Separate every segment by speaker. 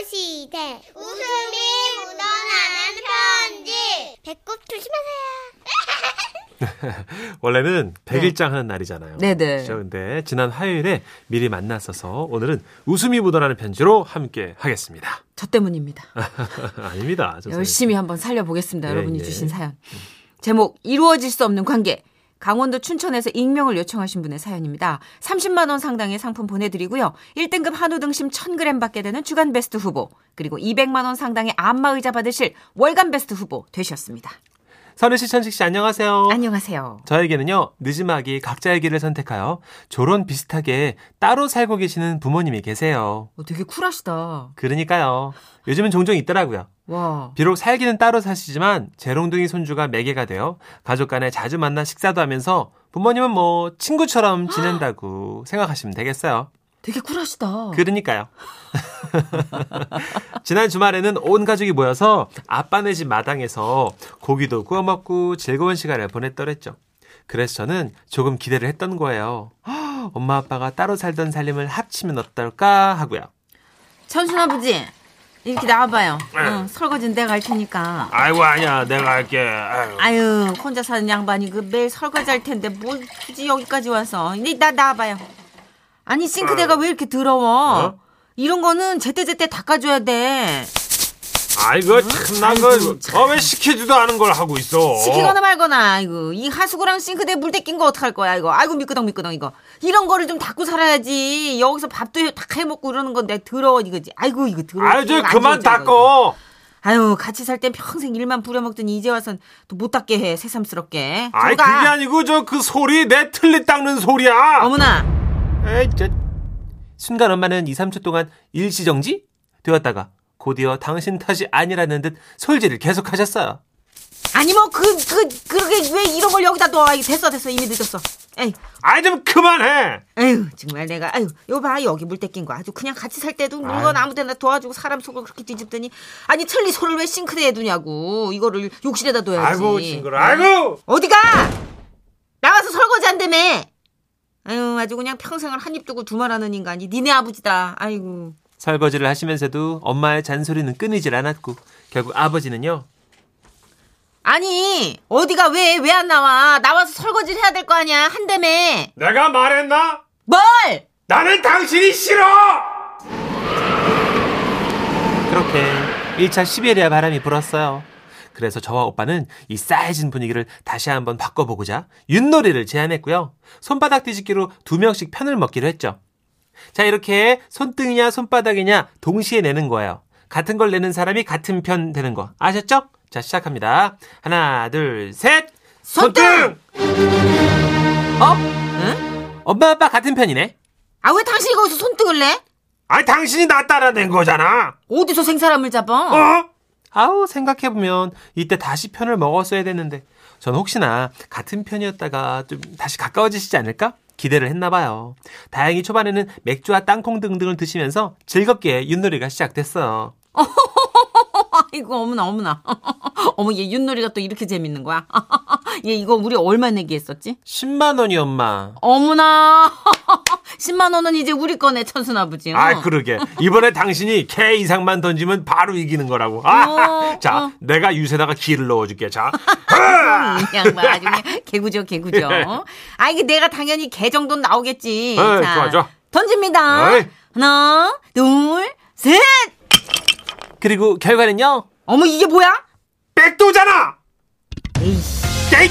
Speaker 1: 시대 웃음이 묻어나는 편지 배꼽 조심하세요
Speaker 2: 원래는 100일장 하는 날이잖아요.
Speaker 3: 네. 네네.
Speaker 2: 그죠? 근데 지난 화요일에 미리 만났어서 오늘은 웃음이 묻어나는 편지로 함께 하겠습니다.
Speaker 3: 저 때문입니다.
Speaker 2: 아닙니다. 저
Speaker 3: 열심히 한번 살려보겠습니다.
Speaker 2: 아, 예,
Speaker 3: 여러분이
Speaker 2: 예.
Speaker 3: 주신 사연. 제목 이루어질 수 없는 관계. 강원도 춘천에서 익명을 요청하신 분의 사연입니다. 30만 원 상당의 상품 보내드리고요. 1등급 한우 등심 1,000g 받게 되는 주간 베스트 후보 그리고 200만 원 상당의 안마 의자 받으실 월간 베스트 후보 되셨습니다.
Speaker 2: 선우 씨, 천식 씨, 안녕하세요.
Speaker 3: 안녕하세요.
Speaker 2: 저에게는요, 늦음하기 각자의 길을 선택하여 조론 비슷하게 따로 살고 계시는 부모님이 계세요.
Speaker 3: 어, 되게 쿨하시다.
Speaker 2: 그러니까요. 요즘은 종종 있더라고요.
Speaker 3: 와.
Speaker 2: 비록 살기는 따로 사시지만 재롱둥이 손주가 매개가 되어 가족 간에 자주 만나 식사도 하면서 부모님은 뭐 친구처럼 지낸다고 생각하시면 되겠어요.
Speaker 3: 되게 쿨하시다.
Speaker 2: 그러니까요. 지난 주말에는 온 가족이 모여서 아빠네 집 마당에서 고기도 구워 먹고 즐거운 시간을 보냈더랬죠. 그래서 저는 조금 기대를 했던 거예요. "헉, 엄마 아빠가 따로 살던 살림을 합치면 어떨까 하고요.
Speaker 3: 천순 아버지 이렇게 나와봐요. 응, 설거지는 내가 할 테니까.
Speaker 2: 아이고 아니야 내가 할게.
Speaker 3: 아유 혼자 사는 양반이 그 매일 설거지 할 텐데 뭘 굳이 여기까지 와서 이제 나 나와봐요 아니 싱크대가 왜 이렇게 더러워
Speaker 2: 어?
Speaker 3: 이런 거는 제때제때 닦아줘야 돼
Speaker 2: 아이고 참나 그어왜 시키지도 않은 걸 하고 있어.
Speaker 3: 시키거나 말거나 이거 이 하수구랑 싱크대 물 닦인 거 어떡할 거야 이거 아이고 미끄덩 미끄덩 이거 이런 거를 좀 닦고 살아야지 여기서 밥도 다 해먹고 이러는 건데 더러워 이거지 아이고 이거 더러워 이거 안 좋은데, 이거. 아유 같이 살 땐 평생 일만 부려먹더니 이제 와선 또 못 닦게 해 새삼스럽게
Speaker 2: 아이
Speaker 3: 들어가.
Speaker 2: 그게 아니고 저 그 소리 내 틀니 닦는 소리야.
Speaker 3: 어머나
Speaker 2: 에이, 저... 순간 엄마는 2, 3초 동안 일시정지 되었다가 곧이어 당신 탓이 아니라는 듯 솔질을 계속하셨어요.
Speaker 3: 아니 뭐 그 그 그렇게 왜 이런 걸 여기다 놓아 이거 됐어 됐어 이미 늦었어 에이
Speaker 2: 아이 좀 그만해.
Speaker 3: 에휴 정말 내가 아유 요봐 여기 물 떼낀 거 아주 그냥 같이 살 때도 물건 아무 데나 도와주고 사람 속을 그렇게 뒤집더니 아니 틀리 소를 왜 싱크대에 두냐고 이거를 욕실에다 둬야지
Speaker 2: 아이고 징그러. 아이고.
Speaker 3: 어디가 나와서 설거지 한다며 아유 아주 그냥 평생을 한 입 두고 두말하는 인간이 니네 아버지다 아이고
Speaker 2: 설거지를 하시면서도 엄마의 잔소리는 끊이질 않았고 결국 아버지는요.
Speaker 3: 아니 어디가 왜 왜 안 나와 나와서 설거지를 해야 될 거 아니야 한다며
Speaker 2: 내가 말했나?
Speaker 3: 뭘
Speaker 2: 나는 당신이 싫어. 그렇게 1차 시베리아 바람이 불었어요. 그래서 저와 오빠는 이 쌓여진 분위기를 다시 한번 바꿔보고자 윷놀이를 제안했고요. 손바닥 뒤집기로 두 명씩 편을 먹기로 했죠. 자, 이렇게 손등이냐 손바닥이냐 동시에 내는 거예요. 같은 걸 내는 사람이 같은 편 되는 거. 아셨죠? 자, 시작합니다. 하나, 둘, 셋!
Speaker 3: 손등!
Speaker 2: 어?
Speaker 3: 응?
Speaker 2: 엄마, 아빠 같은 편이네?
Speaker 3: 아 왜 당신이 거기서 손등을 내?
Speaker 2: 아니, 당신이 나 따라낸 거잖아!
Speaker 3: 어디서 생사람을 잡아?
Speaker 2: 어? 아우 생각해보면 이때 다시 편을 먹었어야 됐는데 전 혹시나 같은 편이었다가 좀 다시 가까워지시지 않을까 기대를 했나봐요 다행히 초반에는 맥주와 땅콩 등등을 드시면서 즐겁게 윷놀이가 시작됐어요
Speaker 3: 아이고 어머나 어머나 어머 얘 윷놀이가 또 이렇게 재밌는 거야? 얘 이거 우리 얼마 내기 했었지?
Speaker 2: 10만원이 엄마
Speaker 3: 어머나 10만 원은 이제 우리 거네 천순 아버지. 어.
Speaker 2: 아 그러게 이번에 당신이 K 이상만 던지면 바로 이기는 거라고
Speaker 3: 아, 어,
Speaker 2: 자
Speaker 3: 자, 어.
Speaker 2: 내가 유세다가 기를 넣어줄게 자
Speaker 3: 이 양반 아주 그냥 개구죠 개구죠.
Speaker 2: 예.
Speaker 3: 아 이게 내가 당연히 개 정도는 나오겠지.
Speaker 2: 에이, 예, 좋아, 좋아.
Speaker 3: 던집니다.
Speaker 2: 에이.
Speaker 3: 하나 둘 셋.
Speaker 2: 그리고 결과는요
Speaker 3: 어머 이게 뭐야?
Speaker 2: 백도잖아
Speaker 3: 에이씨.
Speaker 2: 에이,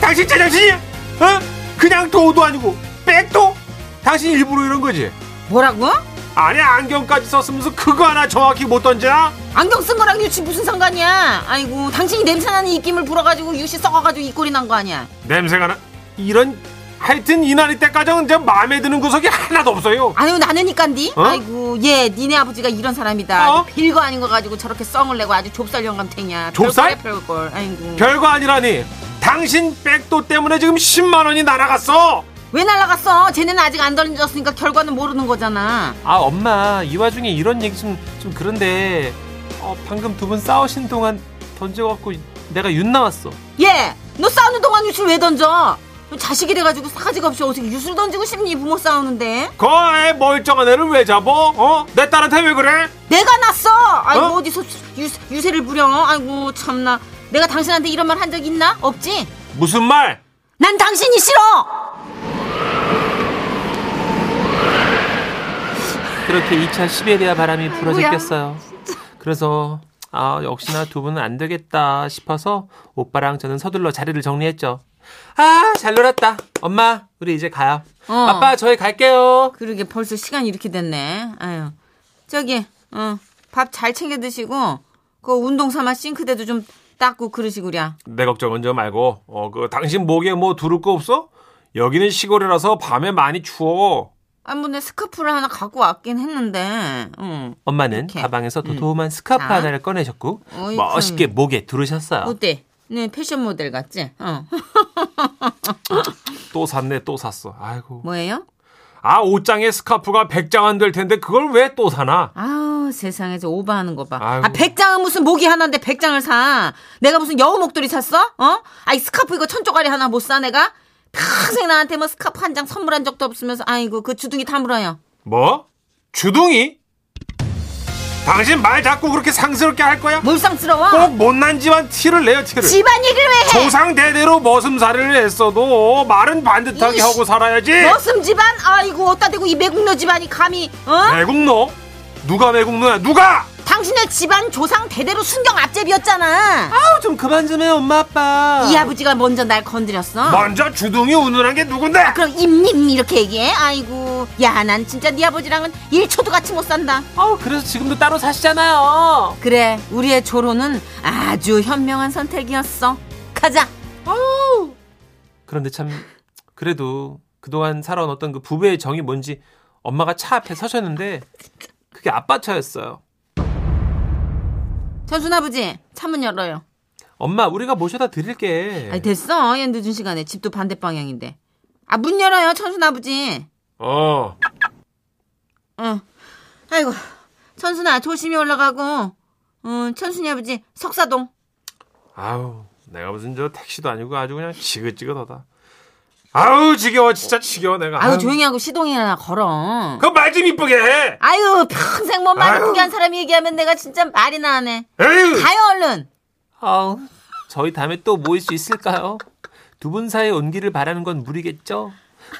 Speaker 2: 당신 제정신이야? 어? 그냥 도도 아니고 백도? 당신 일부러 이런 거지?
Speaker 3: 뭐라고?
Speaker 2: 아니 안경까지 썼으면서 그거 하나 정확히 못 던지나?
Speaker 3: 안경 쓴 거랑 유씨 무슨 상관이야? 아이고 당신이 냄새나는 입김을 불어가지고 유씨 썩어가지고 이 꼴이 난 거 아니야?
Speaker 2: 냄새가 나 이런 하여튼 이 나이 때까지는 제 마음에 드는 구석이 하나도 없어요
Speaker 3: 아유 나는니깐디
Speaker 2: 어?
Speaker 3: 아이고 얘 니네 아버지가 이런 사람이다
Speaker 2: 어?
Speaker 3: 빌거 아닌 거 가지고 저렇게 썽을 내고 아주 좁쌀 영감탱이야
Speaker 2: 좁쌀?
Speaker 3: 별걸 별걸 아이고
Speaker 2: 별거 아니라니 당신 백도 때문에 지금 10만 원이 날아갔어
Speaker 3: 왜 날라갔어 쟤네는 아직 안 던졌으니까 결과는 모르는 거잖아
Speaker 2: 아 엄마 이 와중에 이런 얘기 좀, 좀 그런데 어, 방금 두 분 싸우신 동안 던져갖고 내가 윤 나왔어
Speaker 3: 예, 얘 너 싸우는 동안 유치를 왜 던져 자식이 돼가지고 싸가지가 없이 어떻게 유술 던지고 싶니 부모 싸우는데
Speaker 2: 거애 멀쩡한 애를 왜 잡어? 어? 내 딸한테 왜 그래?
Speaker 3: 내가 났어 아이고
Speaker 2: 어?
Speaker 3: 어? 디서 유, 세를 부려 아이고 참나 내가 당신한테 이런 말 한 적 있나 없지
Speaker 2: 무슨 말?
Speaker 3: 난 당신이 싫어
Speaker 2: 그렇게 2차 시베리아 바람이 불어
Speaker 3: 아이고야,
Speaker 2: 제꼈어요. 그래서 아 역시나 두 분은 안 되겠다 싶어서 오빠랑 저는 서둘러 자리를 정리했죠. 아 잘 놀았다. 엄마 우리 이제 가요.
Speaker 3: 어.
Speaker 2: 아빠 저희 갈게요.
Speaker 3: 그러게 벌써 시간이 이렇게 됐네 아유 저기 어, 밥 잘 챙겨 드시고 그 운동 삼아 싱크대도 좀 닦고 그러시구랴
Speaker 2: 내 걱정 은저 말고 어 그 당신 목에 뭐 두를 거 없어? 여기는 시골이라서 밤에 많이 추워.
Speaker 3: 아, 뭐내 스카프를 하나 갖고 왔긴 했는데, 어. 응.
Speaker 2: 엄마는
Speaker 3: 이렇게. 음.
Speaker 2: 가방에서 도톰한 스카프
Speaker 3: 자.
Speaker 2: 하나를 꺼내셨고
Speaker 3: 어이,
Speaker 2: 멋있게 목에 두르셨어요.
Speaker 3: 어때? 네, 패션 모델 같지? 어.
Speaker 2: 또 샀네 또 샀어. 아이고.
Speaker 3: 뭐예요?
Speaker 2: 아 옷장에 스카프가 100장 안 될 텐데 그걸 왜 또 사나?
Speaker 3: 아우, 세상에서 오버하는 거 봐.
Speaker 2: 아이고.
Speaker 3: 아, 백장은 무슨 목이 하나인데 백장을 사. 내가 무슨 여우 목도리 샀어? 어? 아이, 스카프 이거 천조가리 하나 못 사, 내가? 평생 나한테 뭐 스카프 한 장 선물한 적도 없으면서, 아이고, 그 주둥이 다물어요.
Speaker 2: 뭐? 주둥이? 당신 말 자꾸 그렇게 상스럽게 할 거야?
Speaker 3: 몰상스러워?
Speaker 2: 꼭 못난 집안 티를 내요 티를
Speaker 3: 집안 얘기를 왜 해?
Speaker 2: 정상대대로 머슴살이를 했어도 말은 반듯하게
Speaker 3: 이씨.
Speaker 2: 하고 살아야지
Speaker 3: 머슴 집안? 아이고, 어따 대고 이 매국노 집안이 감히, 어?
Speaker 2: 네. 매국노? 누가 매국노야 누가?
Speaker 3: 당신의 집안 조상 대대로 순경 앞제비였잖아.
Speaker 2: 아우 좀 그만 좀 해 엄마 아빠
Speaker 3: 이 아버지가 먼저 날 건드렸어.
Speaker 2: 먼저 주둥이 우는한 게 누군데?
Speaker 3: 그럼 임님 이렇게 얘기해? 아이고, 야 난 진짜 네 아버지랑은 1초도 같이 못 산다.
Speaker 2: 아우 그래서 지금도 따로 사시잖아요
Speaker 3: 그래, 우리의 조로는 아주 현명한 선택이었어. 가자.
Speaker 2: 그런데 참 그래도 그동안 살아온 어떤 그 부부의 정이 뭔지 엄마가 차 앞에 서셨는데 그게 아빠 차였어요
Speaker 3: 전순 아버지, 차문 열어요.
Speaker 2: 엄마 우리가 모셔다 드릴게.
Speaker 3: 아이 됐어. 얘 늦은 시간에 집도 반대 방향인데. 아, 문 열어요, 천순 아버지.
Speaker 2: 어.
Speaker 3: 응. 어. 아이고, 천순아 조심히 올라가고. 응, 천순이 아버지 석사동.
Speaker 2: 아우 내가 무슨 저 택시도 아니고 아주 그냥 지긋지긋하다. 아우 지겨워 진짜 지겨워 내가.
Speaker 3: 아유 조용히 하고 시동이나 걸어.
Speaker 2: 그말 좀 이쁘게 해.
Speaker 3: 아유 평생 뭐 말을
Speaker 2: 아유.
Speaker 3: 크게 한 사람이 얘기하면 내가 진짜 말이나 안 해.
Speaker 2: 에휴.
Speaker 3: 가요 얼른.
Speaker 2: 아우 저희 다음에 또 모일 수 있을까요? 두 분 사이 온기를 바라는 건 무리겠죠?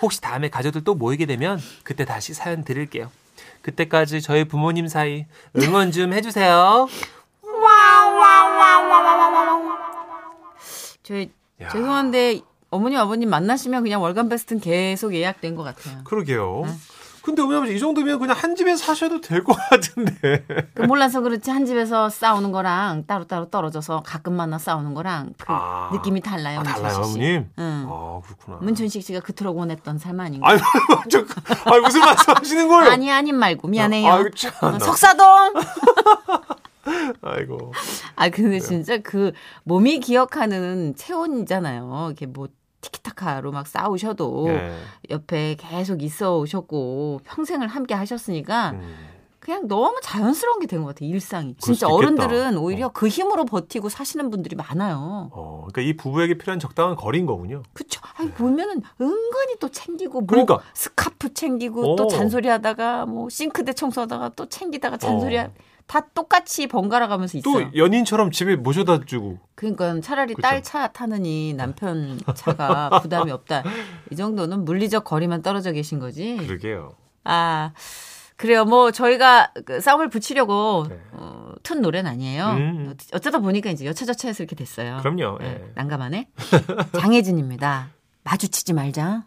Speaker 2: 혹시 다음에 가족들 또 모이게 되면 그때 다시 사연 드릴게요. 그때까지 저희 부모님 사이 응원 좀 해주세요.
Speaker 3: 저
Speaker 2: 야.
Speaker 3: 죄송한데 어머니 아버님 만나시면 그냥 월간 베스트는 계속 예약된 것 같아요.
Speaker 2: 그러게요. 근데 왜냐면 이 정도면 그냥 한 집에 사셔도 될 것 같은데.
Speaker 3: 그 몰라서 그렇지 한 집에서 싸우는 거랑 따로 따로 떨어져서 가끔 만나 싸우는 거랑 그
Speaker 2: 아.
Speaker 3: 느낌이 달라요.
Speaker 2: 아,
Speaker 3: 문천식
Speaker 2: 달라요,
Speaker 3: 씨.
Speaker 2: 어머님.
Speaker 3: 응.
Speaker 2: 아, 그렇구나.
Speaker 3: 문천식 씨가 그토록 원했던 삶 아닌가?
Speaker 2: 아니, 저, 아니, 무슨 말씀 하시는 거예요?
Speaker 3: 아니 아닌 말고 미안해요.
Speaker 2: 아, 아이고, 참.
Speaker 3: 어, 석사동.
Speaker 2: 아이고.
Speaker 3: 아
Speaker 2: 네.
Speaker 3: 근데 진짜 그 몸이 기억하는 체온이잖아요. 이렇게 뭐 티키타카로 막 싸우셔도
Speaker 2: 예.
Speaker 3: 옆에 계속 있어 오셨고 평생을 함께 하셨으니까
Speaker 2: 음.
Speaker 3: 그냥 너무 자연스러운 게 된 것 같아요. 일상이.
Speaker 2: 그럴
Speaker 3: 진짜
Speaker 2: 수도 있겠다.
Speaker 3: 어른들은 오히려 그 힘으로 버티고 사시는 분들이 많아요.
Speaker 2: 어, 그러니까 이 부부에게 필요한 적당한 거리인 거군요.
Speaker 3: 그쵸? 아니 보면은 은근히 또 챙기고 뭐
Speaker 2: 네. 그러니까.
Speaker 3: 스카프 챙기고 또
Speaker 2: 어.
Speaker 3: 잔소리하다가 뭐 싱크대 청소하다가 또 챙기다가 잔소리
Speaker 2: 어.
Speaker 3: 다 똑같이 번갈아 가면서
Speaker 2: 또
Speaker 3: 있어요.
Speaker 2: 연인처럼 집에 모셔다 주고.
Speaker 3: 그러니까 차라리
Speaker 2: 그쵸.
Speaker 3: 딸 차 타느니 남편 차가 부담이 없다. 이 정도는 물리적 거리만 떨어져 계신 거지.
Speaker 2: 그러게요.
Speaker 3: 아 그래요. 뭐 저희가 그 싸움을 붙이려고
Speaker 2: 네.
Speaker 3: 어, 튼 노래는 아니에요.
Speaker 2: 음.
Speaker 3: 어, 어쩌다 보니까 이제 여차저차해서 이렇게 됐어요.
Speaker 2: 그럼요.
Speaker 3: 예,
Speaker 2: 예.
Speaker 3: 난감하네. 장혜진입니다. 마주치지 말자.